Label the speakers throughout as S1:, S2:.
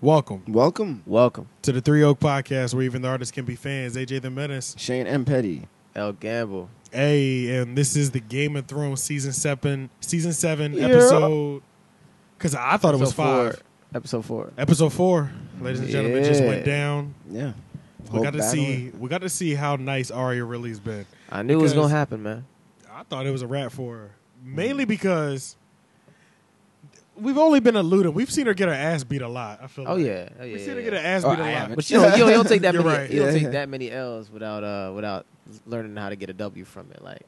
S1: Welcome
S2: Welcome,
S3: Welcome,
S1: to the Three Oak Podcast, where even the artists can be fans. AJ the Menace.
S2: Shane M. Petty.
S3: El Gamble.
S1: Hey, and this is the Game of Thrones season seven, season seven
S3: Yeah.
S1: episode. Because I thought it was
S3: Episode
S1: five.
S3: Four. Episode four.
S1: Episode four, ladies and gentlemen, just went
S3: Yeah.
S1: down.
S2: Yeah,
S1: We
S2: Whole
S1: got to
S2: battle.
S1: see. We got to see how nice Arya really's been.
S3: I knew it was
S1: Because-
S3: gonna happen, man.
S1: I thought it was a wrap for her, mainly because we've only been alluding. We've seen her get her ass beat a lot. I feel.
S3: Oh
S1: like.
S3: yeah, oh, yeah.
S1: We've seen
S3: yeah,
S1: her get her
S3: yeah.
S1: ass
S2: Oh,
S1: beat a
S2: I
S1: lot.
S2: haven't.
S3: But you don't, you don't, you don't take that
S1: You're
S3: many.
S1: right.
S3: You don't
S2: Yeah.
S3: take that many L's without uh without learning how to get a W from it. Like,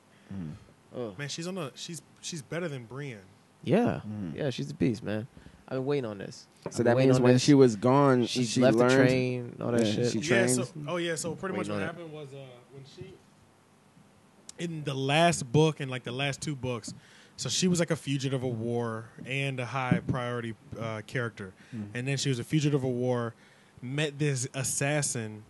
S3: oh
S1: Mm. Man, she's on a. She's she's better than Brienne.
S3: yeah,
S2: Mm.
S3: yeah. She's a beast, man. I've been waiting on this. I've
S2: So
S3: been
S2: that
S3: waiting
S2: means
S3: on
S2: when
S3: this.
S2: she was gone,
S3: she,
S2: she,
S3: left
S2: learned.
S3: the train, all that
S2: Yeah,
S3: shit.
S2: she-
S1: Yeah.
S2: trains.
S1: So, oh yeah. So pretty much
S3: Waiting
S1: what
S3: on it.
S1: happened was uh, when she in the last book and like the last two books. So she was like a fugitive of war and a high priority uh, character, and then she was a fugitive of war. Met this assassin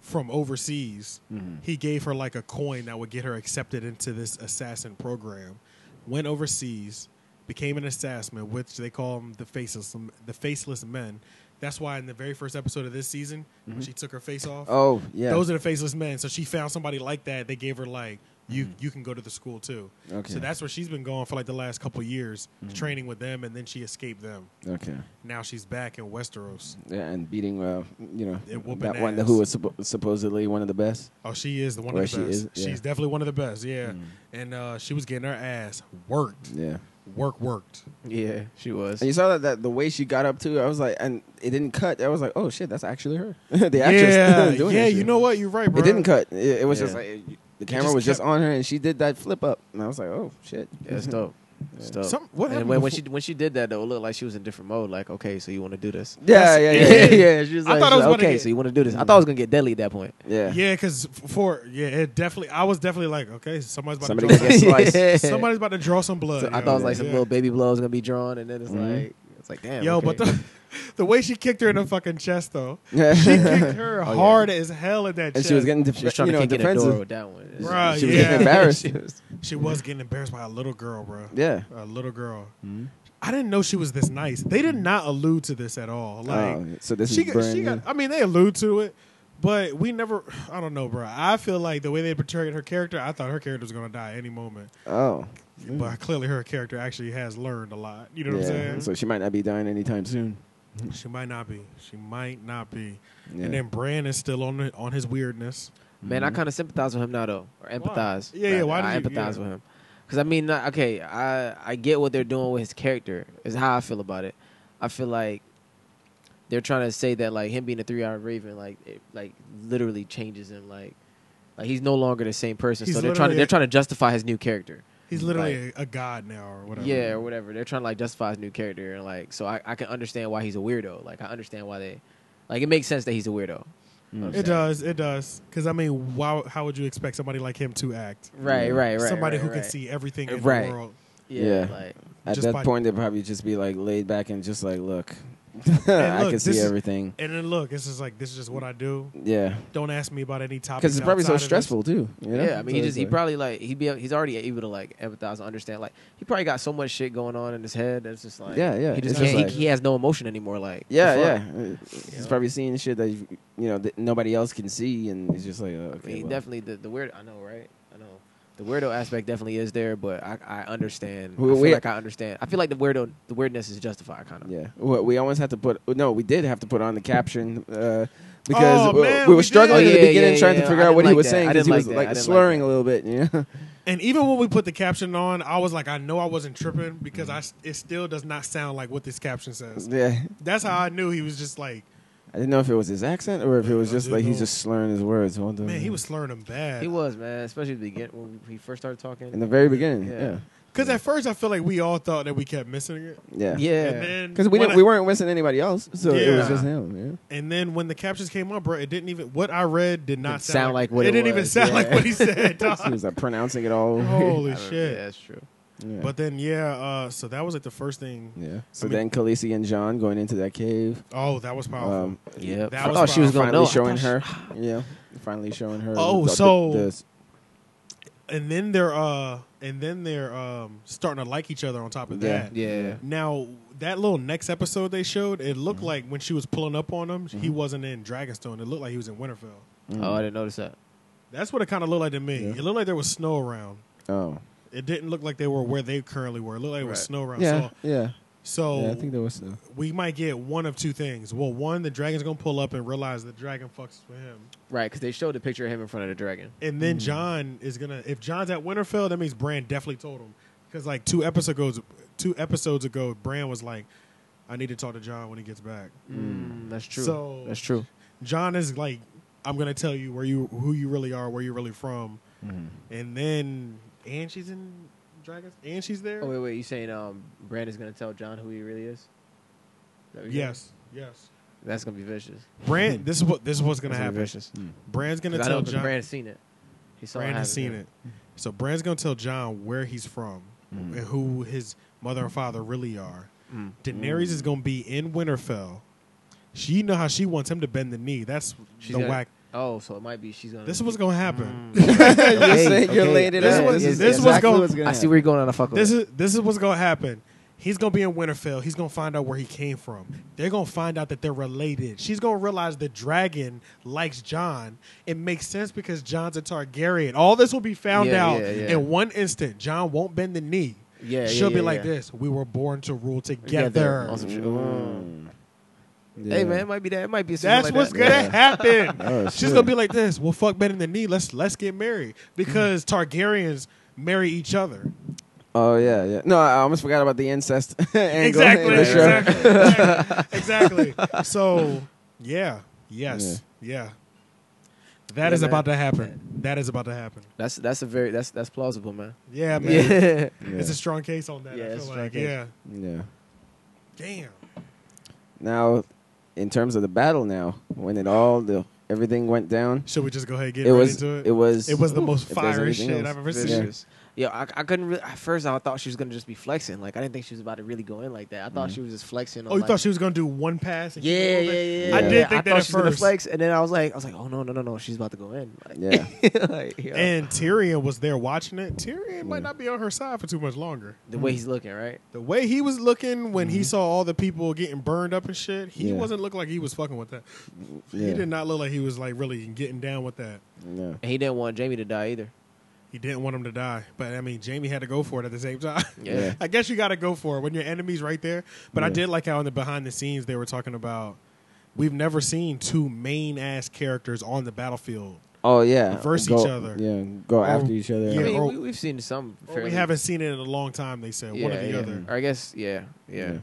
S1: from overseas. He gave her like a coin that would get her accepted into this assassin program. Went overseas, became an assassin, which they call them the faceless the faceless men. That's why in the very first episode of this season, when she took her face off,
S2: Oh yeah.
S1: those are the faceless men. So she found somebody like that. They gave her like you you can go to the school too.
S2: Mm-hmm. Okay. Mm-hmm.
S1: So that's where she's been going for like the last couple years, training with them, and then she escaped them.
S2: okay.
S1: Now she's back in Westeros.
S2: Yeah, and beating, uh, you know,
S1: And whooping
S2: that one
S1: ass.
S2: who was suppo- supposedly one of the best.
S1: Oh, she is the one
S2: Where
S1: of the
S2: she
S1: best.
S2: is, yeah. Mm-hmm.
S1: She's definitely one of the best. Yeah, and uh, she was getting her ass worked,
S2: Yeah.
S1: work worked.
S3: yeah, she was.
S2: And you saw that, that the way she got up to, it, I was like, and it didn't cut. I was like, oh shit, that's actually her. the actress.
S1: yeah,
S2: doing
S1: yeah.
S2: that
S1: You
S2: shit.
S1: know what? You're right, bro.
S2: It didn't cut. It, it was just
S3: Yeah.
S2: like it- the camera
S1: just
S2: was just
S1: kept-
S2: on her, and she did that flip up, and I was like, oh shit.
S3: Yeah, it's dope. It's dope.
S1: Mm-hmm. Some- what
S3: and
S1: happened
S3: when, when she
S1: before-
S3: when she did that though, it looked like she was in different mode. Like, okay, so you want to do this?
S2: Yeah, yeah, yeah, yeah.
S3: yeah,
S2: yeah.
S3: She was
S1: I
S3: like,
S1: thought
S3: she
S1: I
S3: was
S1: was
S3: like,
S1: gonna
S3: okay,
S1: get-
S3: so you want to do this? I thought it was gonna get deadly at that point.
S2: yeah.
S1: Yeah, because for yeah, it definitely. I was definitely like, okay, somebody's about
S2: Somebody
S1: to
S2: gonna
S1: draw.
S2: get sliced.
S3: Yeah.
S1: Somebody's about to draw some blood.
S3: So I
S1: yo.
S3: thought it was like some
S1: Yeah. Mm-hmm.
S3: little baby blows gonna be drawn, and then it's
S2: Mhm.
S3: like it's like damn.
S1: Yo,
S3: okay.
S1: but the the way she kicked her in the fucking chest though,
S2: Oh, Yeah.
S1: she kicked her
S3: yeah.
S1: hard as hell in that
S2: And
S1: chest.
S2: she was getting, def-
S3: she was trying
S2: you
S3: to
S2: know,
S3: kick in the door
S2: defensive.
S3: with that one.
S1: Bruh,
S2: she was
S1: yeah.
S2: getting embarrassed.
S3: She was-
S1: She was getting embarrassed by a little girl, bro.
S2: Yeah. Hmm?
S1: a little girl. I didn't know she was this nice. They did not allude to this at all. Like,
S2: oh, so this
S1: she
S2: is
S1: got,
S2: brand
S1: she
S2: new.
S1: got. I mean, they allude to it, but we never. I don't know, bro. I feel like the way they portrayed her character, I thought her character was gonna die any moment.
S2: oh,
S1: But clearly, her character actually has learned a lot. You know what I'm
S2: yeah.
S1: saying?
S2: So she might not be dying anytime soon.
S1: she might not be. She might not be.
S2: Yeah. Mm-hmm.
S1: And then Bran is still on the, on his weirdness.
S3: Man, I kind of sympathize with him now, though, or empathize.
S1: Yeah, yeah,
S3: rather.
S1: why
S3: I
S1: did you-
S3: empathize
S1: yeah.
S3: with him? Because I mean, not- okay, I I get what they're doing with his character. Is how I feel about it. I feel like they're trying to say that like him being a three hour Raven, like it, like literally changes him. Like like he's no longer the same person.
S1: He's
S3: so they're trying
S1: literally-
S3: to they're trying to justify his new character.
S1: He's literally a, a god now, or whatever.
S3: Yeah, or whatever. They're trying to like justify his new character, and like so I, I can understand why he's a weirdo. Like I understand why they, like it makes sense that he's a
S2: Hmm.
S3: weirdo. You know what I'm
S1: it
S3: saying?
S1: does. It does. Because I mean, why, how would you expect somebody like him to act?
S3: Right, right, right.
S1: somebody
S3: right,
S1: who
S3: right.
S1: can see everything in
S3: Right.
S1: the world.
S3: Yeah,
S2: Yeah.
S3: like
S2: At
S1: Just
S2: that
S1: by-
S2: point, they'd probably just be like laid back and just like, look, I
S1: look,
S2: can
S1: this
S2: see
S1: is-
S2: everything.
S1: And then look, this is like this is just what I do.
S2: Yeah,
S1: Don't ask me about any topics
S2: because it's probably
S1: outside
S2: so
S1: of this.
S2: stressful too. You know?
S3: Yeah, I mean, he
S2: So
S3: just he
S2: it's
S3: probably like he be he's already able to like empathize and understand. Like he probably got so much shit going on in his head that's just like
S2: Yeah, yeah,
S3: He just
S2: it's
S3: can't.
S2: just
S3: he,
S2: like-
S3: he has no emotion anymore. Like
S2: Yeah,
S3: the fuck?
S2: yeah. He's probably seeing shit that you you know that nobody else can see, and it's just like, oh,
S3: I
S2: okay,
S3: mean,
S2: well.
S3: definitely the the weird. I know, right? I know. The weirdo aspect definitely is there, but I, I understand.
S2: We-
S3: I feel
S2: we-
S3: like I understand. I feel like the weirdo, the weirdness is justified, kind of.
S2: Yeah, Well, we almost had to put. No, we did have to put on the caption uh, because
S1: Oh,
S2: we-
S1: man,
S2: we
S1: we
S2: were struggling
S3: did.
S2: in
S3: Yeah,
S2: the beginning
S3: yeah,
S2: trying
S3: yeah.
S2: to figure
S3: I
S2: out what
S3: didn't
S2: he
S3: like
S2: was
S3: that.
S2: saying
S3: I
S2: because he
S3: didn't
S2: was
S3: like that. I
S2: like
S3: didn't like
S2: slurring a
S3: that.
S2: little bit. Yeah,
S1: And even when we put the caption on, I was like, I know I wasn't tripping because I s- it still does not sound like what this caption says.
S2: yeah.
S1: That's how I knew he was just like,
S2: I didn't know if it was his accent or if it was
S1: I
S2: just
S1: didn't
S2: like he's
S1: know.
S2: just slurring his words. Hold on.
S1: man, he was slurring him bad.
S3: He was man, especially at the beginning when we first started talking.
S2: in the very beginning.
S3: Yeah.
S2: Yeah,
S1: Because at first I feel like we all thought that we kept missing it.
S2: yeah,
S1: And
S3: yeah,
S1: then
S2: Because
S1: when
S2: we didn't,
S1: I-
S2: we weren't missing anybody else, so it was
S1: Yeah.
S2: just him.
S1: And then when the captions came up, bro, it didn't even what I read did not
S3: Didn't sound like what
S1: it
S3: it
S1: didn't even
S3: was,
S1: sound
S3: yeah.
S1: like what he said.
S2: Yeah,
S1: dog.
S2: he was like pronouncing it all. Over.
S1: Holy
S3: I don't-
S1: shit!
S3: Yeah, that's true.
S2: yeah.
S1: Oh, But then yeah, uh, so that was like the first thing.
S2: yeah. So
S1: I mean-
S2: then Khaleesi and John going into that cave.
S1: Oh, that was powerful.
S2: Um,
S3: Yeah,
S1: That
S3: I
S1: was
S3: thought she was
S1: fine.
S2: finally
S3: gonna know. I
S2: showing
S3: thought she-
S2: her. yeah, finally showing her.
S1: Oh,
S2: the- the-
S1: so-
S2: the-
S1: and then they're uh and then they're um starting to like each other on top of
S2: Yeah.
S1: that.
S3: Yeah.
S1: Now that little next episode they showed, it
S2: Mm-hmm.
S1: looked like when she was pulling up on him, he wasn't in Dragonstone. It looked like he was in Winterfell.
S3: Oh, I didn't notice that.
S1: That's what it kind of looked like to me.
S2: Yeah.
S1: It looked like there was snow around.
S2: Oh,
S1: It didn't look like they were where they currently were. It looked like it was
S3: Right.
S1: snow around.
S2: yeah,
S1: So,
S2: yeah,
S1: so
S2: yeah. I think there was. Uh,
S1: we might get one of two things. Well, one, the dragon's gonna pull up and realize the dragon fucks with him,
S3: Right, because they showed the picture of him in front of the dragon.
S1: and then John is gonna. If John's at Winterfell, that means Bran definitely told him. Because like two episodes ago, two episodes ago, Bran was like, "I need to talk to John when he gets back."
S3: Mm, that's true.
S1: So-
S3: that's true.
S1: John is like, "I'm gonna tell you where you who you really are, where you're really from," and then and she's in dragons, and she's there.
S3: Oh wait, wait. You saying um, Brandon's gonna tell John who he really is? Is that what you're saying?
S1: yes, yes.
S3: That's gonna be vicious.
S1: Brand, this is what this is what's gonna
S3: That's
S1: happen.
S3: vicious. Mm.
S1: Brand's gonna
S3: 'Cause I know
S1: tell
S3: because
S1: John.
S3: Brandon's seen it. He saw
S1: Brand
S3: it
S1: has seen
S3: happen.
S1: it. So Brand's gonna tell John where he's from and who his mother and father really are.
S3: Mm.
S1: Daenerys is gonna be in Winterfell. She you know how she wants him to bend the knee. That's
S3: She's Mm.
S1: the
S3: gonna-
S1: whack.
S3: Oh, so it might be she's gonna.
S1: This is what's gonna happen.
S2: you're
S3: Okay,
S2: saying you're
S3: okay.
S2: laid it
S1: This
S2: out.
S1: was-
S2: It's
S1: this was going-
S2: what's gonna
S3: I see where you're going on a fuck. with
S1: This is
S3: it.
S1: this is what's gonna happen. He's gonna be in Winterfell. He's gonna find out where he came from. They're gonna find out that they're related. She's gonna realize the dragon likes John. It makes sense because John's a Targaryen. All this will be found
S3: Yeah,
S1: out
S3: yeah, yeah.
S1: in one instant. John won't bend the knee.
S3: Yeah, yeah,
S1: She'll be
S3: yeah,
S1: like
S3: yeah.
S1: this. We were born to rule
S3: Yeah,
S1: together.
S3: on some shit.
S2: Mm. happen.
S3: Hey man, it might be that. It might be something
S1: That's
S3: like
S1: what's
S3: that.
S1: gonna
S2: Yeah.
S1: happen.
S2: Mm. Oh,
S1: She's
S2: shit.
S1: gonna be like this. Well, fuck bending the knee. Let's let's get married because
S3: Mm.
S1: Targaryens marry each other.
S2: Oh yeah, yeah. No, I almost forgot about the incest angle
S1: exactly,
S2: in the show.
S1: exactly, exactly, exactly. So yeah, yes, yeah. That
S3: Yeah,
S1: is
S3: man.
S1: about to happen. That is about to happen.
S3: That's that's a very that's that's plausible, man.
S1: Yeah, man.
S3: Yeah.
S1: It's a strong case on that.
S3: Yeah,
S1: I feel
S3: it's a strong
S1: like.
S3: case.
S1: Yeah.
S2: yeah.
S1: Damn.
S2: Now, in terms of the battle, now when it all the everything went down,
S1: Should we just go ahead and get
S2: it
S1: right
S2: was
S1: into it?
S2: it was
S1: It was the most
S2: if there's
S1: fiery
S2: anything
S1: shit
S2: else.
S1: I've ever seen.
S2: Yeah.
S3: vicious. Yeah, I, I couldn't. Really, at first, I thought she was gonna just be flexing. Like I didn't think she was about to really go in like that. I thought
S2: Mm-hmm.
S3: she was just flexing.
S1: Oh, you thought she was gonna do one pass? And keep
S3: Yeah,
S1: going
S3: yeah,
S1: back?
S3: yeah,
S2: I
S3: yeah.
S2: did
S1: think
S3: I
S1: that
S3: thought
S1: at
S3: she was gonna
S1: first.
S3: flex, and then I was like, I was like, oh no, no, no, no, she's about to go in. Like,
S2: Yeah.
S3: like, yeah.
S1: And Tyrion was there watching it. Tyrion
S2: Yeah.
S1: might not be on her side for too much longer.
S3: the way he's looking, right?
S1: The way he was looking when
S3: Mm-hmm.
S1: he saw all the people getting burned up and shit, he
S2: Yeah.
S1: wasn't look like he was fucking with that. He
S2: Yeah.
S1: did not look like he was like really getting down with that.
S2: No.
S3: And he didn't want Jamie to die either.
S1: He didn't want him to die, but I mean, Jamie had to go for it at the same time.
S2: Yeah.
S1: I guess you got to go for it when your enemy's right there. But I
S2: Yeah.
S1: did like how in the behind the scenes they were talking about we've never seen two main ass characers on the battlefield.
S2: Oh yeah,
S1: Verse
S2: Go-
S1: each other. Oh,
S2: Yeah, go after each other.
S1: Yeah,
S3: I mean,
S1: or-
S3: we, we've seen some.
S1: Or we
S3: fairly-
S1: haven't seen it in a long time. They said
S3: yeah,
S1: one or the
S3: yeah.
S1: other.
S3: Or I guess, yeah, yeah.
S2: Yeah.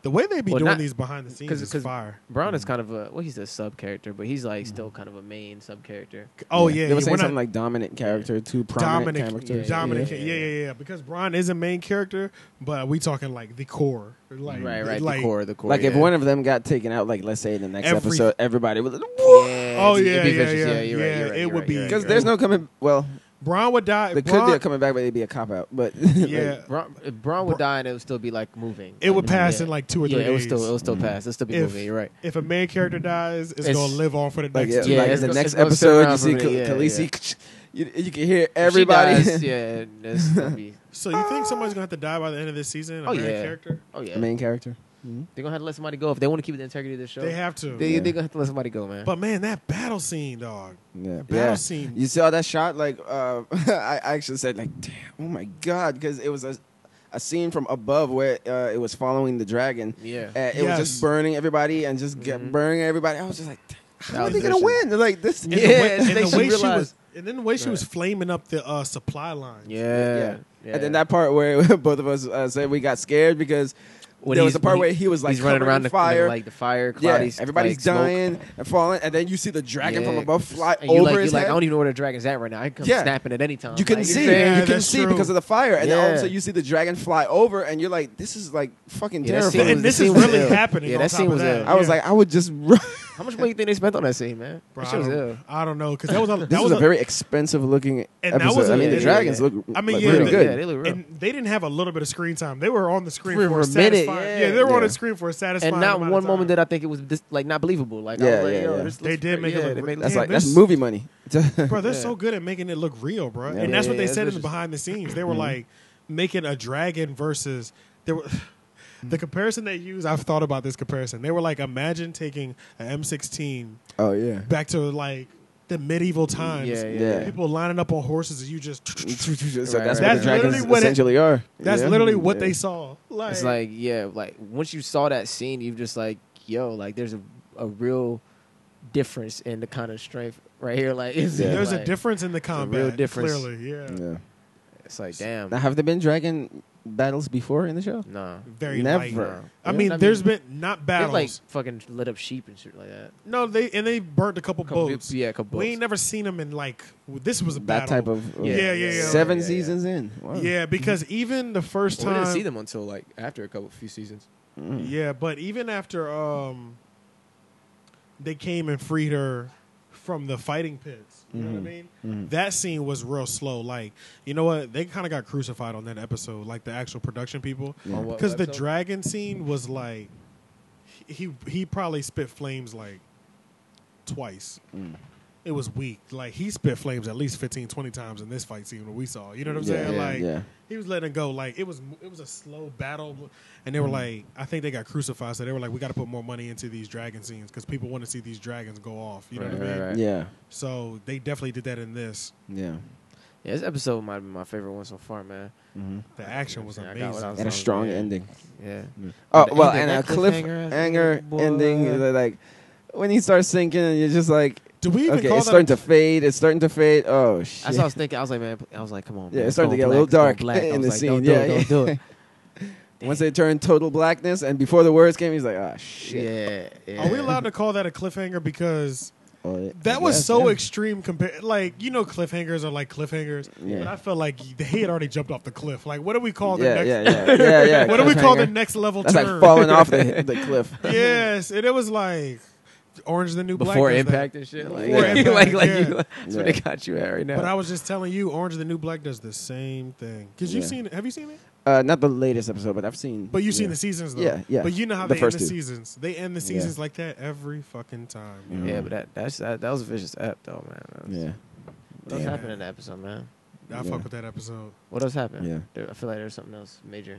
S1: The way they be
S3: Well,
S1: doing
S3: not-
S1: these behind the scenes
S3: 'cause-
S1: is
S3: 'cause-
S1: fire.
S3: Brown is kind of a well, he's a sub character, but he's like still
S1: Mm-hmm.
S3: kind of a main sub character.
S1: Oh yeah,
S2: they were
S1: yeah,
S2: saying
S1: we're not-
S2: something like dominant character, two prominent
S1: Dominic,
S2: characters.
S1: Dominic,
S3: Yeah,
S1: yeah.
S3: yeah,
S1: Yeah, yeah, Because Braun is a main character, but we talking like the core, like
S3: right, right.
S1: like,
S3: the core, the core.
S2: Like if
S3: yeah.
S2: one of them got taken out, like let's say in the next
S1: Every-
S2: episode, everybody would.
S3: Yeah,
S1: Oh
S3: it'd be-
S1: yeah,
S3: it'd be
S1: yeah,
S3: vicious.
S1: yeah,
S3: you're right,
S1: yeah,
S3: you're right,
S1: it
S3: you're
S1: would
S3: right,
S1: be-
S3: you're right,
S2: Because
S3: you're
S2: there's
S3: right.
S2: no coming. Well,
S1: Braun would die.
S2: there could
S1: Braun,
S2: be a coming back, but it'd be a cop out. But
S1: yeah,
S3: Braun, if Braun would die and it would still be like moving.
S1: it would
S3: Like,
S1: pass
S3: yeah.
S1: in like two or
S3: yeah,
S1: three
S3: it would
S1: days.
S3: still it would
S2: Mm-hmm.
S3: still pass. It'd still be
S1: If-
S3: moving. You're right.
S1: if a main character dies, it's,
S3: It's-
S1: gonna live on for the
S2: like,
S1: next.
S2: yeah,
S1: two
S3: yeah,
S2: like
S3: it's
S2: in the
S3: go-
S2: next
S3: it's gonna sit
S2: episode,
S3: around
S2: you
S3: for
S2: see
S3: a
S2: Khal-
S3: minute, yeah,
S2: Khaleesi, you, you can hear
S3: If she
S2: everybody.
S3: dies, yeah. That's gonna be,
S1: So you think somebody's gonna have to die by the end of this season? A
S3: Oh,
S1: main
S3: yeah.
S1: character,
S3: oh yeah. Mm-hmm.
S2: Main character.
S3: They're gonna have to let somebody go if they want to keep the integrity of the show.
S1: they have to.
S3: They
S2: Yeah.
S3: they're gonna have to let somebody go, man.
S1: but man, that battle scene, dog.
S2: Yeah,
S1: Battle
S2: yeah.
S1: scene.
S2: You saw that shot? Like, uh, I actually said, like, damn, oh my god, because it was a, a scene from above where uh, it was following the dragon.
S3: yeah.
S2: Uh, it was
S1: Yes.
S2: just burning everybody and just get
S3: Mhm.
S2: burning everybody. I was just like, how
S3: That
S2: are
S3: was
S2: they gonna
S3: vicious.
S2: win? They're like this.
S1: And
S3: Yeah,
S1: the way, and
S3: they
S1: the
S3: should
S1: way she
S3: realize-
S1: was, and then the way she
S3: Right.
S1: was flaming up the uh, supply line.
S3: Yeah.
S2: Yeah.
S3: yeah.
S2: And then that part where both of us uh, said we got scared because there was
S3: he's-
S2: a part
S3: he-
S2: where he was like
S3: he's running
S2: covered
S3: around
S2: in
S3: the
S2: fire.
S3: like the fire.
S2: yeah,
S3: Cloudy,
S2: everybody's
S3: like, smoke.
S2: dying and falling, and then you see the dragon
S3: Yeah.
S2: from above fly
S3: And you
S2: over
S3: like,
S2: his
S3: you like,
S2: head.
S3: I don't even know where the dragon's at right now. I can come
S2: Yeah.
S3: snapping at any time.
S2: you can
S3: Like,
S2: see,
S1: Yeah,
S2: you can
S1: that's
S2: see
S1: true.
S2: because of the fire, and then all of a
S3: Yeah.
S2: sudden you see the dragon fly over, and you're like, "This is like fucking
S3: Yeah, that scene
S2: terrifying."
S1: And
S3: was-
S1: this
S3: the
S1: is
S3: scene was
S1: really
S3: ill.
S1: happening.
S3: Yeah,
S1: on
S3: that
S1: top
S3: scene
S1: of
S3: was
S1: that.
S3: ill.
S2: I was
S1: Yeah.
S2: like, "I would just run."
S3: How much money you think they spent on that scene, man?
S1: Bro,
S3: That
S1: I,
S3: shit was
S1: don't,
S3: ill.
S1: I don't know because that was a, that
S2: This was,
S1: was
S2: a very expensive looking
S1: that
S2: episode.
S1: was a-
S2: I mean, the
S1: yeah,
S2: dragons
S3: yeah.
S2: look
S1: I mean,
S2: like,
S1: yeah,
S2: really
S1: the-
S2: good.
S3: Yeah, they look real.
S1: and they didn't have a little bit of screen time. They were on the screen
S3: For
S1: for,
S3: a
S1: a
S3: minute,
S1: satisfying.
S3: yeah.
S1: Yeah, they were on the
S2: Yeah.
S1: screen for a satisfying.
S3: and not
S1: amount of
S3: one
S1: time.
S3: moment that I think it was dis- like not believable. Like I
S2: Yeah,
S3: was like,
S2: yeah,
S3: yo,
S2: yeah.
S3: this
S1: They did
S3: looks great.
S1: make it
S3: yeah,
S1: look
S3: they
S1: real.
S3: made it
S2: That's
S1: Damn,
S2: like that's
S1: this-
S2: movie money.
S1: bro, they're
S3: Yeah.
S1: so good at making it look real, bro.
S2: Yeah.
S1: and that's
S3: Yeah,
S1: what they
S3: yeah, Mm-hmm.
S1: said
S3: they're
S1: in the
S3: just-
S1: behind the scenes. They were like making a dragon versus there were
S3: Mm-hmm.
S1: the comparison they use. I've thought about this comparison. They were like, imagine taking an M16
S2: oh yeah.
S1: back to like the medieval times.
S3: Yeah, yeah,
S2: Yeah.
S3: yeah.
S1: People lining up on horses, and you just.
S2: so that's
S3: Right,
S2: what
S3: right.
S2: the
S3: That's
S2: dragons
S1: literally what it-
S2: essentially are.
S1: That's
S2: Yeah.
S1: literally what
S2: Yeah.
S1: they saw. Like,
S3: It's like yeah, like once you saw that scene, you just like yo, like there's a, a real difference in the kind of strength right here. Like it's
S2: Yeah.
S1: there's a
S3: like-
S1: difference in the combat.
S3: real difference.
S1: Clearly, yeah.
S2: Yeah.
S3: It's like damn,
S2: Now, have there been dragon battles before in the show?
S3: nah.
S1: Very
S2: Never.
S1: light.
S3: Nah.
S1: I mean,
S3: there's
S1: there's been not
S3: They
S1: battles.
S3: like fucking lit up sheep and shit like that.
S1: no, they and they burnt a couple,
S3: Couple
S1: boats.
S3: people- yeah, a couple
S1: We ain't
S3: boats.
S1: never seen them in like w- this was a battle.
S2: That type of
S3: Yeah,
S1: yeah, yeah, yeah.
S2: Seven
S3: yeah, yeah.
S2: seasons in. Wow.
S3: Mm-hmm.
S1: yeah, because even the first
S4: Well, we
S1: time,
S4: didn't see them until like after a couple few seasons.
S2: Mm.
S1: yeah, but even after um, they came and freed her from the fighting pits. You
S2: Mm-hmm.
S1: know what I mean? That scene was real slow. Like, you know what? They kind of got crucified on that episode. Like the actual production people,
S2: Yeah.
S4: On what
S1: because the
S4: website?
S1: dragon scene was like he he probably spit flames like twice. It was weak. Like he spit flames at least 15, 20 times in this fight scene that we saw. You know what I'm
S2: Yeah,
S1: saying?
S2: yeah,
S1: like
S2: yeah.
S1: he was letting it go. Like it was it was a slow battle, and they were like, I think they got crucified. So they were like, we got to put more money into these dragon scenes because people want to see these dragons go off. You know
S3: Right,
S1: what I mean?
S3: right, right.
S2: Yeah.
S1: So they definitely did that in this.
S2: Yeah.
S3: Yeah, this episode might be my favorite one so far, man.
S1: The action was
S3: I got what
S1: amazing.
S3: I was-
S2: Mm-hmm. And a strong
S3: Yeah.
S2: ending.
S3: Yeah,
S2: Oh
S3: The
S2: well,
S3: ending,
S2: and a
S3: that cliffhanger ass little
S2: cliffhanger
S3: boy.
S2: ending. is Like when he starts sinking, and you're just like,
S1: Do we even
S2: okay,
S1: call
S2: it's
S1: that?
S2: starting to fade. It's starting to fade. Oh shit!
S3: That's what I was thinking. I was like, man, I was like, come on.
S2: Yeah,
S3: man,
S2: it's starting to get
S3: going
S2: a little
S3: black, it's going
S2: dark
S3: black. I
S2: in
S3: was
S2: the
S3: like,
S2: scene.
S3: don't do
S2: Yeah,
S3: it, don't do it.
S2: Once they turn total blackness, and before the words came, he's like, ah shit.
S3: Yeah, yeah.
S1: Are we allowed to call that a cliffhanger? Because
S2: Oh, yeah.
S1: That was
S2: Yes,
S1: so
S2: yeah.
S1: extreme compared. Like you know, cliffhangers are like cliffhangers.
S2: Yeah.
S1: But I felt like he had already jumped off the cliff. Like, what do we call the
S2: Yeah,
S1: next?
S2: yeah, yeah, yeah, yeah.
S1: what do we call the
S2: cliffhanger.
S1: next level
S2: That's
S1: turn?
S2: like falling off the, the cliff.
S1: yes, and it was like Orange is the New Black
S3: before
S1: does that.
S3: impact and shit. Like,
S2: Before
S3: like,
S1: impact,
S3: like, like
S1: yeah.
S3: you, that's where
S2: Yeah.
S3: they got you at right now.
S1: But I was just telling you, Orange is the New Black does the same thing. Cause you've
S2: Yeah.
S1: seen it. Have you seen it?
S2: Uh, not the latest episode, but I've seen.
S1: But you've seen
S2: yeah.
S1: the seasons though.
S2: Yeah, yeah.
S1: But you know how
S2: The
S1: they
S2: first
S1: end the
S2: two.
S1: seasons. They end the
S2: Yeah.
S1: seasons like that every fucking time. you know?
S3: yeah, but that that's that, that was a vicious app though, man. That was-
S2: Mm. Yeah,
S3: What else
S1: Damn.
S3: happened in that episode, man?
S1: I
S2: Yeah.
S1: fuck with that episode.
S3: What else happened?
S2: Yeah.
S3: There, I feel like there's something else major.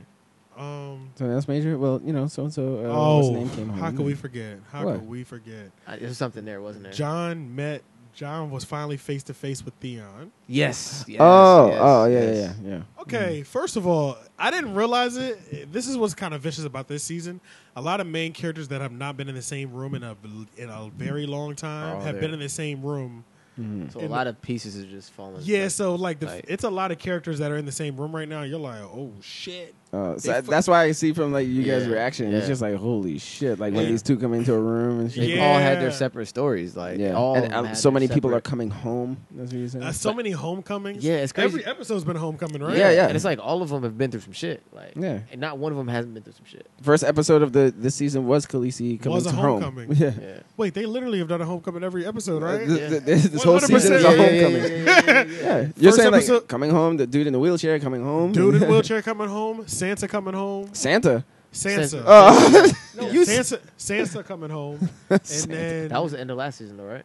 S1: Um.
S2: so that's major. Well, you know, so and so.
S1: oh,
S2: Uh, name came Mm.
S1: how could we forget? How
S2: What?
S1: could we forget?
S3: I, there was something there, wasn't there?
S1: John met. John was finally face to face with Theon.
S3: yes, yes.
S2: oh,
S3: yes,
S2: oh, yeah,
S3: yes.
S2: yeah, yeah,
S1: Okay,
S2: Mm.
S1: first of all, I didn't realize it. This is what's kind of vicious about this season. A lot of main characters that have not been in the same room in a in a very long time
S3: Oh,
S1: have
S3: they're-
S1: been in the same room.
S2: yeah. Mhm.
S3: So a
S1: And
S3: lot of pieces are just falling.
S1: Yeah,
S3: like,
S1: so like the,
S3: Right.
S1: it's a lot of characters that are in the same room right now. You're like, oh shit.
S2: Uh, so
S1: They
S2: I-
S1: fu-
S2: that's why I see from like you guys'
S3: Yeah,
S2: reaction, it's
S3: yeah.
S2: just like holy shit! Like when
S1: Yeah.
S2: these two come into a room and shit.
S3: they all had
S1: Yeah.
S3: their separate stories. Like
S2: Yeah,
S3: all
S2: and
S3: of them
S2: um,
S3: had
S2: so
S3: their
S2: many people are
S3: separate-
S2: coming home. That's what you're saying.
S1: Uh, so many homecomings.
S3: Yeah, it's crazy.
S1: Every episode's been a homecoming, right?
S2: Yeah, yeah.
S3: And it's like all of them have been through some shit. Like
S2: Yeah.
S3: and not one of them hasn't been through some shit.
S2: First episode of the this season was Khaleesi coming
S1: Was a
S2: to home.
S1: homecoming.
S2: Yeah,
S3: Yeah.
S1: Wait, they literally have done a homecoming every episode,
S2: Uh,
S1: right?
S2: th- th- this, this whole
S1: 100%.
S2: season is
S1: Yeah,
S2: a
S1: yeah, yeah,
S2: homecoming. Yeah, you're
S1: First
S2: saying like
S1: episode-
S2: coming home, the dude in the wheelchair coming home,
S1: Dude in wheelchair coming home, Santa coming home,
S2: Santa.
S1: Sansa.
S3: Sansa.
S1: Uh. No,
S2: You s-
S1: Sansa, Sansa coming home, and then
S3: That was the end of last season, though, right?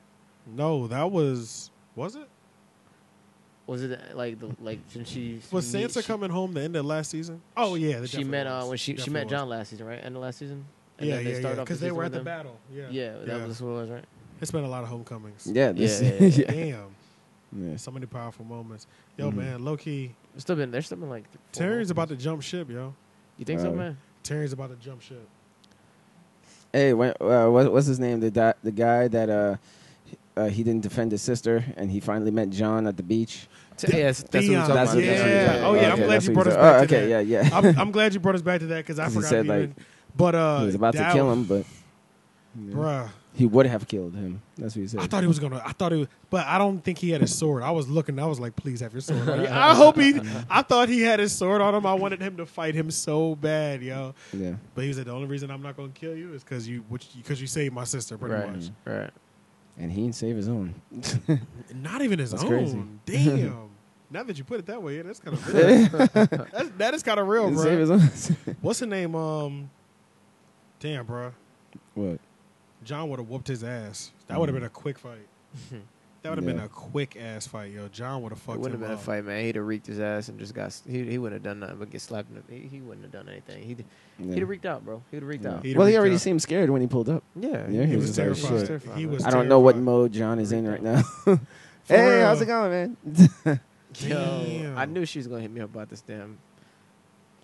S1: no, that was was it?
S3: Was it like the like when she
S1: Was
S3: meet-
S1: Sansa
S3: she-
S1: coming home the end of last season? Oh yeah, that
S3: She
S1: definitely
S3: met uh
S1: was.
S3: when she she
S1: Definitely
S3: met
S1: was.
S3: John last season, right? End of last season.
S1: yeah, yeah, yeah,
S3: off
S1: because they
S3: season
S1: were
S3: with
S1: at the
S3: them.
S1: battle. Yeah,
S3: Yeah, that was what it was, right?
S1: It's been a lot of homecomings.
S2: Yeah, this,
S3: Yeah, yeah, yeah. Mm-hmm.
S1: Damn,
S2: yeah.
S1: so many powerful moments. Yo,
S2: Mhm.
S1: man, low key,
S3: There's still been there's still been like th- four
S1: Terry's
S3: more.
S1: about to jump ship, yo.
S3: You think so,
S2: Uh,
S3: man?
S1: Terry's about to jump ship.
S2: Hey, when, uh, what, what's his name? The di- the guy that uh, h- uh, he didn't defend his sister, and he finally met John at the beach.
S3: T- yeah, that's, that's
S1: Theon.
S3: what I'm
S1: That's
S3: talking
S1: what-
S3: about.
S1: yeah.
S3: That's what
S1: Oh, yeah, I'm
S2: Okay,
S1: glad
S2: that's
S1: you
S2: what
S1: brought
S2: he
S1: us
S2: said.
S1: back
S2: Oh,
S1: to
S2: okay,
S1: that.
S2: yeah, yeah.
S1: I'm, I'm glad you brought us back to that because I
S2: Because
S1: forgot.
S2: he said,
S1: to
S2: like,
S1: even, but uh,
S2: he was about to
S1: that
S2: kill
S1: was-
S2: him, but
S1: bruh.
S2: He would have killed him. That's what he said.
S1: I thought he was gonna. I thought he was, but I don't think he had his sword. I was looking. I was like, please have your sword. Like, I hope he. I thought he had his sword on him. I wanted him to fight him so bad, yo.
S2: yeah.
S1: But he was like, the only reason I'm not gonna kill you is because you, which because you saved my sister, pretty
S3: right,
S1: much.
S3: right.
S2: And he didn't save his own.
S1: Not even his
S2: That's
S1: own. Damn. now that you put it that way, yeah, that's kind of real. that's, that is kind of real,
S2: He
S1: bro.
S2: saved his own.
S1: What's the name? Um, damn, bro.
S2: what?
S1: John would have whooped his ass. That would have been a quick fight. That would have been
S2: Mm-hmm. Yeah.
S1: a quick ass fight, yo. John would have fucked
S3: It wouldn't
S1: him
S3: have been
S1: up.
S3: a fight, man. He'd have reeked his ass and just got. He, he wouldn't have done nothing but get slapped. In the, he, he wouldn't have done anything. He'd
S2: Yeah.
S3: he'd have reeked out, bro. He'd have reeked
S2: Yeah.
S3: out.
S1: He'd
S2: well, he
S1: reached
S2: already
S1: out.
S2: seemed scared when he pulled up.
S3: Yeah,
S2: Yeah, he
S1: was
S3: like,
S1: terrified.
S3: shit.
S1: He
S3: bro.
S1: was-
S2: I don't know what
S1: terrified.
S2: mode John is in right now.
S1: For
S2: hey,
S1: real.
S2: how's it going, man?
S3: Yo,
S1: Damn.
S3: I knew she was gonna hit me up about this damn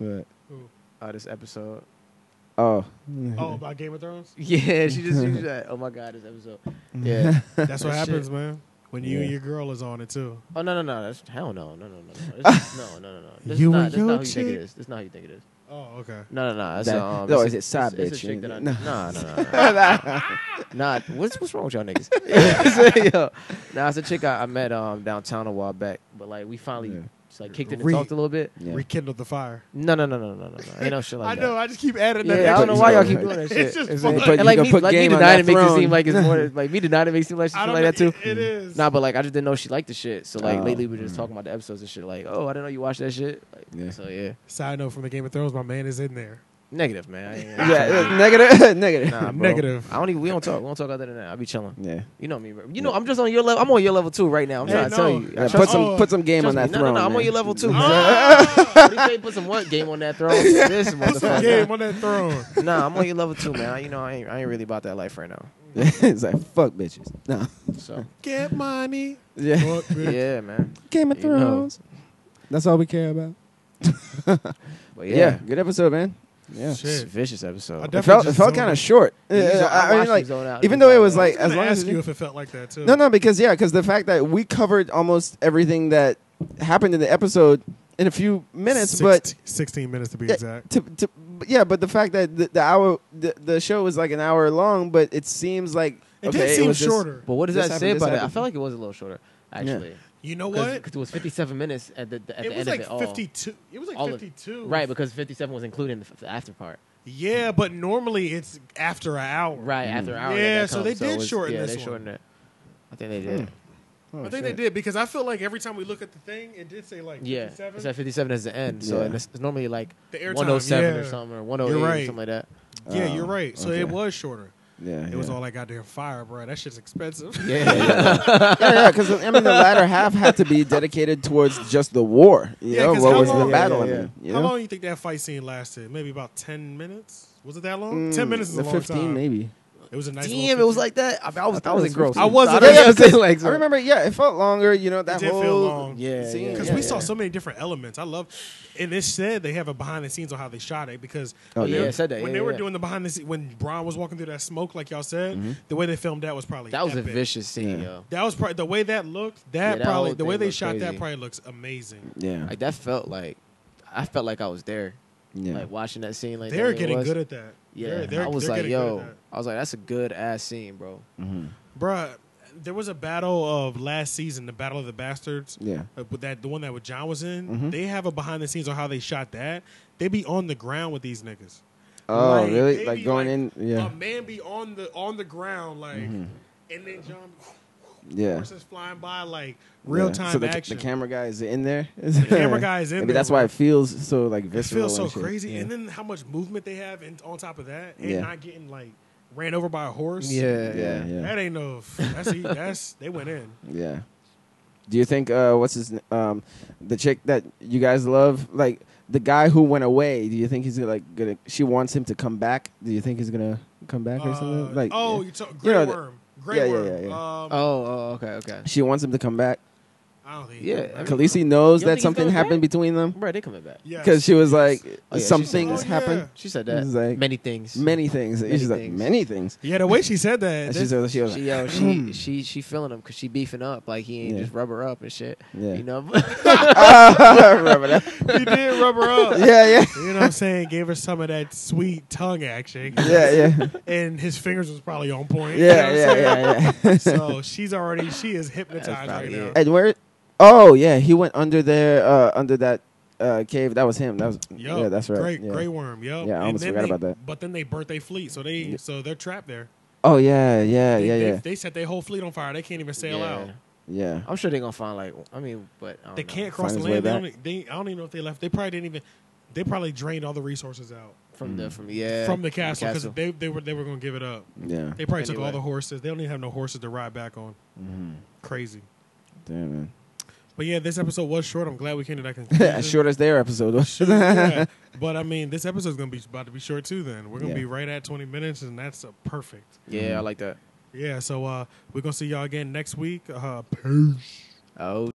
S2: but,
S3: uh, this episode.
S2: oh.
S1: Oh, about Game of Thrones.
S3: Yeah, she just she was like, oh my god, this episode. Yeah.
S1: That's what
S3: Shit.
S1: happens, man. When you and
S2: Yeah.
S1: your girl is on it too.
S3: Oh no no no that's hell no no no no no This- no no no no. This
S2: You
S3: is
S2: and
S3: not, this
S2: your
S3: not who you think
S2: chick?
S3: it is. This is not who you think it is.
S1: Oh, okay.
S3: No no no. That's
S2: That-
S3: a, um,
S2: no,
S3: it's a-
S2: is it side
S3: it's- It's
S2: bitch?
S3: a chick that I,
S2: No.
S3: no no no. no. nah, what's what's wrong with y'all niggas? It's a- Yo, nah, it's a chick I, I met um downtown a while back, but like we finally
S2: Yeah.
S3: just, like kicked it and
S1: Re-
S3: talked a little bit.
S2: Yeah.
S1: Rekindled the fire.
S3: No no no no no no. no. Ain't no shit like
S1: I
S3: that.
S1: know. I just keep adding that.
S3: Yeah, I don't know
S1: extra
S3: why y'all
S1: shit.
S3: keep doing that shit.
S1: It's just
S3: It's
S1: fun.
S2: like- But
S3: and
S2: you
S1: I
S3: like
S2: gonna
S3: me,
S2: put
S3: like me
S2: game on
S3: denying it
S2: that
S3: makes it
S2: throne.
S3: seem like it's more like me denying it makes it seem like shit
S1: don't
S3: like that
S1: know,
S3: too. Mm-hmm.
S1: It, it is.
S3: Nah, but like I just didn't know she liked the shit. So like
S2: Oh,
S3: lately we were just talking about the episodes and shit. Like, oh, I didn't know you watched that shit. Like,
S2: Yeah.
S3: So Mm. yeah,
S1: Side note from the Game of Thrones, my man is in there.
S3: negative man. I ain't- I ain't-
S2: yeah, negative. negative.
S3: nah, bro.
S1: Negative.
S3: I don't even. We don't talk. We don't talk other than that. I be chilling.
S2: Yeah.
S3: You know me, bro. You know I'm just on your level. I'm on your level too right now. I'm
S1: Hey,
S3: trying to tell
S1: no.
S3: you.
S2: Yeah,
S3: Trust
S2: put
S3: me.
S2: some
S1: oh,
S2: put some game on
S3: Trust
S2: that
S3: me.
S2: throne.
S3: No, no, no. I'm
S2: man.
S3: on your level too.
S1: Ah!
S3: What do you say? Put some what game on that throne? This
S1: Put some game
S3: motherfucker.
S1: on that throne.
S3: Nah, I'm on your level too, man. I- You know, I ain't, I ain't really about that life right now.
S2: it's like fuck bitches. No.
S3: So
S1: Get money.
S2: Yeah.
S1: Fuck, bitch.
S3: yeah, man.
S2: Game of
S3: You know.
S2: Thrones. That's all we care about.
S3: But
S2: Yeah.
S3: yeah,
S2: Good episode, man. Yeah.
S1: Shit.
S3: it's a vicious episode.
S1: I
S2: It
S1: definitely
S2: felt it
S1: just
S2: felt
S1: zoned
S2: kind
S1: out.
S2: of short.
S3: You
S2: Yeah,
S3: just-
S2: I, I mean,
S3: watched
S2: like
S3: you zone out.
S2: even
S3: You
S2: though it
S3: zone
S2: was
S3: out.
S1: I
S2: like
S1: was
S2: as
S1: gonna
S2: long as
S1: ask
S2: it-
S1: you if it felt like that too.
S2: No, no, because yeah, because the fact that we covered almost everything that happened in the episode in a few minutes, but
S1: 16 sixteen minutes to be
S2: Yeah.
S1: exact.
S2: to, to, but yeah, but the fact that the, the hour the, the show was like an hour long, but it seems like
S1: It
S2: okay,
S1: did seem
S2: was just-
S1: shorter.
S3: But what does
S2: This
S3: that
S2: happened,
S3: say
S2: this
S3: about it? I
S2: happened.
S3: felt like it was a little shorter, actually.
S1: you know what?
S3: Because it was 57 minutes at the, the- at
S1: It
S3: the
S1: was
S3: end
S1: like
S3: of it all.
S1: fifty two. It was like
S3: All of it.
S1: fifty two.
S3: Right, because 57 was included in the, the after part.
S1: Yeah, but normally it's after an hour.
S3: Right, after an hour. that
S1: Yeah,
S3: that
S1: so
S3: comes,
S1: they
S3: it
S1: did
S3: was-
S1: shorten
S3: yeah,
S1: this
S3: they
S1: one.
S3: shortened it. I think they did.
S2: Oh,
S1: I think
S2: shit.
S1: they did because I feel like every time we look at the thing, it did say like
S3: Yeah,
S1: 57.
S3: it's at 57 as the end. So
S2: Yeah.
S3: and it's, it's normally like
S1: The airtime,
S3: 107 or
S1: yeah.
S3: something, or 108
S1: You're
S3: or
S1: right.
S3: something like that.
S1: Yeah,
S2: Oh,
S1: you're right. So
S2: okay.
S1: it was shorter.
S2: Yeah,
S1: It was all that goddamn fire, bro. That shit's expensive.
S3: Yeah.
S2: yeah, because I mean, the latter half had to be dedicated towards just the war. You
S1: Yeah,
S2: know,
S1: 'cause
S2: what
S1: how
S2: was
S1: long-
S2: the battle?
S4: Yeah,
S2: I
S4: yeah,
S2: mean, you
S1: How
S2: know?
S1: long do you think that fight scene lasted? Maybe about 10 minutes? Was it that long?
S2: Mm,
S1: 10 minutes is a
S2: the
S1: long
S2: 15
S1: time.
S2: maybe.
S1: It was a nice little
S3: Damn, it was
S1: 15.
S3: like that. I, I was,
S2: thought
S3: I
S2: it was
S3: was engrossed.
S2: 15. I
S1: wasn't- Yeah,
S3: I, don't
S1: yeah,
S3: know what I'm saying, like,
S2: I remember, yeah, it felt longer. You know,
S1: It
S2: that
S1: did
S2: whole
S1: feel long.
S3: Yeah,
S2: scene.
S1: Because
S3: yeah,
S1: we
S3: yeah.
S1: saw so many different elements. I love, and it said they have a behind the scenes on how they shot it because
S2: Oh,
S1: when
S2: yeah,
S1: they, were-
S3: it said that.
S1: when
S3: Yeah,
S1: they
S3: yeah,
S1: were
S3: yeah. Mm-hmm.
S1: doing the behind the scenes when Brian was walking through that smoke, like y'all said, the way they filmed that was probably
S3: That was a
S1: epic.
S3: vicious scene,
S2: Yeah.
S3: yo.
S1: That was probably the way that looked.
S3: Yeah,
S1: That
S3: that
S1: probably
S3: whole
S1: the way
S3: thing
S1: they
S3: looked
S1: shot that
S3: crazy.
S1: probably looks amazing.
S2: Yeah,
S3: Like that felt like I felt like I was there,
S2: yeah.
S3: like watching that scene. Like
S1: They're
S3: that it
S1: getting
S3: was.
S1: good at that.
S3: Yeah,
S1: they're, they're,
S3: I was
S1: they're
S3: like,
S1: getting
S3: yo,
S1: good at
S3: I was like, that's a good ass scene, bro. Oh,
S2: Mhm.
S1: that. bruh. There was a battle of last season, the Battle of the Bastards.
S2: yeah.
S1: uh, with that the one that with John was in,
S3: Mm-hmm.
S2: Mhm.
S1: they have a behind the scenes on how they shot that. They be on the ground with these niggas.
S2: Oh,
S1: Like, um,
S2: really?
S1: they
S2: Like
S1: be
S2: going in? Yeah, Mm-hmm.
S1: A man be on the on the ground like, and then John
S2: yeah.
S1: horses flying by like real
S2: Yeah.
S1: time
S2: so the,
S1: action.
S2: The camera guy is in there.
S1: The camera guy is in
S2: Maybe
S1: there,
S2: that's
S1: bro.
S2: why it feels so like
S1: it
S2: visceral.
S1: feels so
S2: and shit.
S1: crazy,
S4: Yeah.
S1: and then how much movement they have, and on top of that, and
S2: Yeah.
S1: not getting like ran over by a horse.
S3: Yeah,
S2: Yeah, yeah,
S1: that ain't no. That's e, that's they went in.
S2: yeah. Do you think uh, what's his n- um, the chick that you guys love, like the guy who went away? Do you think he's like gonna? She wants him to come back. Do you think he's gonna come back or
S1: Uh,
S2: something? Like,
S1: oh,
S2: yeah.
S1: you talk Grey
S2: know, the-
S1: Worm, Grey
S2: yeah, Uh, yeah,
S1: Worm.
S2: yeah, yeah.
S1: Um,
S3: Oh, oh, okay, okay.
S2: she wants him to come back.
S1: I I don't think.
S3: Yeah, I mean-
S2: Khaleesi knows
S3: You don't think
S2: that
S3: he's
S2: something
S3: coming
S2: happened
S3: back?
S2: between them
S3: Bro, they coming back.
S1: Yes.
S2: because she was like,
S3: Oh, yeah,
S2: some
S3: she's-
S2: things
S1: Oh,
S2: happened,
S3: She said that.
S2: It's like-
S3: Many things.
S2: many things.
S3: Many
S2: she's like
S3: things.
S2: many things.
S1: yeah. The way she said that,
S2: And she
S1: that-
S2: said she was
S3: She,
S2: like, hmm.
S3: yo, she she she feeling him because she beefing up like he ain't
S2: Yeah.
S3: just rubber up and shit.
S2: Yeah.
S3: You know,
S2: Remember that?
S1: he did rub her up.
S2: yeah, yeah,
S1: You know what I'm saying? Gave her some of that sweet tongue action.
S2: yeah, yeah,
S1: And his fingers was probably on point. you know
S2: yeah,
S1: what I'm
S2: yeah,
S1: saying?
S2: yeah, yeah.
S1: So she's already she is hypnotized right
S3: probably
S1: now.
S3: it.
S2: And where? Oh yeah, he went under there, uh, under that uh, cave. That was him. That was
S1: Yup.
S2: yeah, that's right.
S1: Great,
S2: yeah.
S1: Grey worm. Yup.
S2: Yeah, I
S1: And
S2: almost
S1: then
S2: forgot
S1: they-
S2: about that.
S1: But then they burnt their fleet, so they
S2: Yeah.
S1: so they're trapped there.
S2: Oh yeah, yeah,
S1: They,
S2: yeah,
S1: they,
S2: yeah,
S1: They set their whole fleet on fire. They can't even sail
S3: Yeah.
S1: out.
S2: yeah.
S3: I'm sure they gonna find like I mean, but I don't
S1: They
S3: know.
S1: can't cross
S2: Find
S1: the
S2: his way
S1: land. They
S2: back.
S1: don't, e, they, I don't even know if they left. They probably didn't even. They probably drained all the resources out
S3: from
S2: Mm.
S3: the from yeah
S1: from the castle because they, they were they were going to give it up.
S2: Yeah,
S1: They probably took all
S3: Anyway.
S1: the horses. They don't even have no horses to ride back on. Crazy.
S2: Mm-hmm. damn man.
S1: But yeah, this episode was short. I'm glad we came to that conclusion.
S2: As short as their episode was.
S1: Yeah. But I mean, this episode's gonna be about to be short too. Then we're gonna
S2: Yeah.
S1: be right at 20 minutes, and that's uh perfect.
S3: yeah I like that.
S1: Yeah. So uh, we're gonna see y'all again next week. Uh, peace.
S3: Oh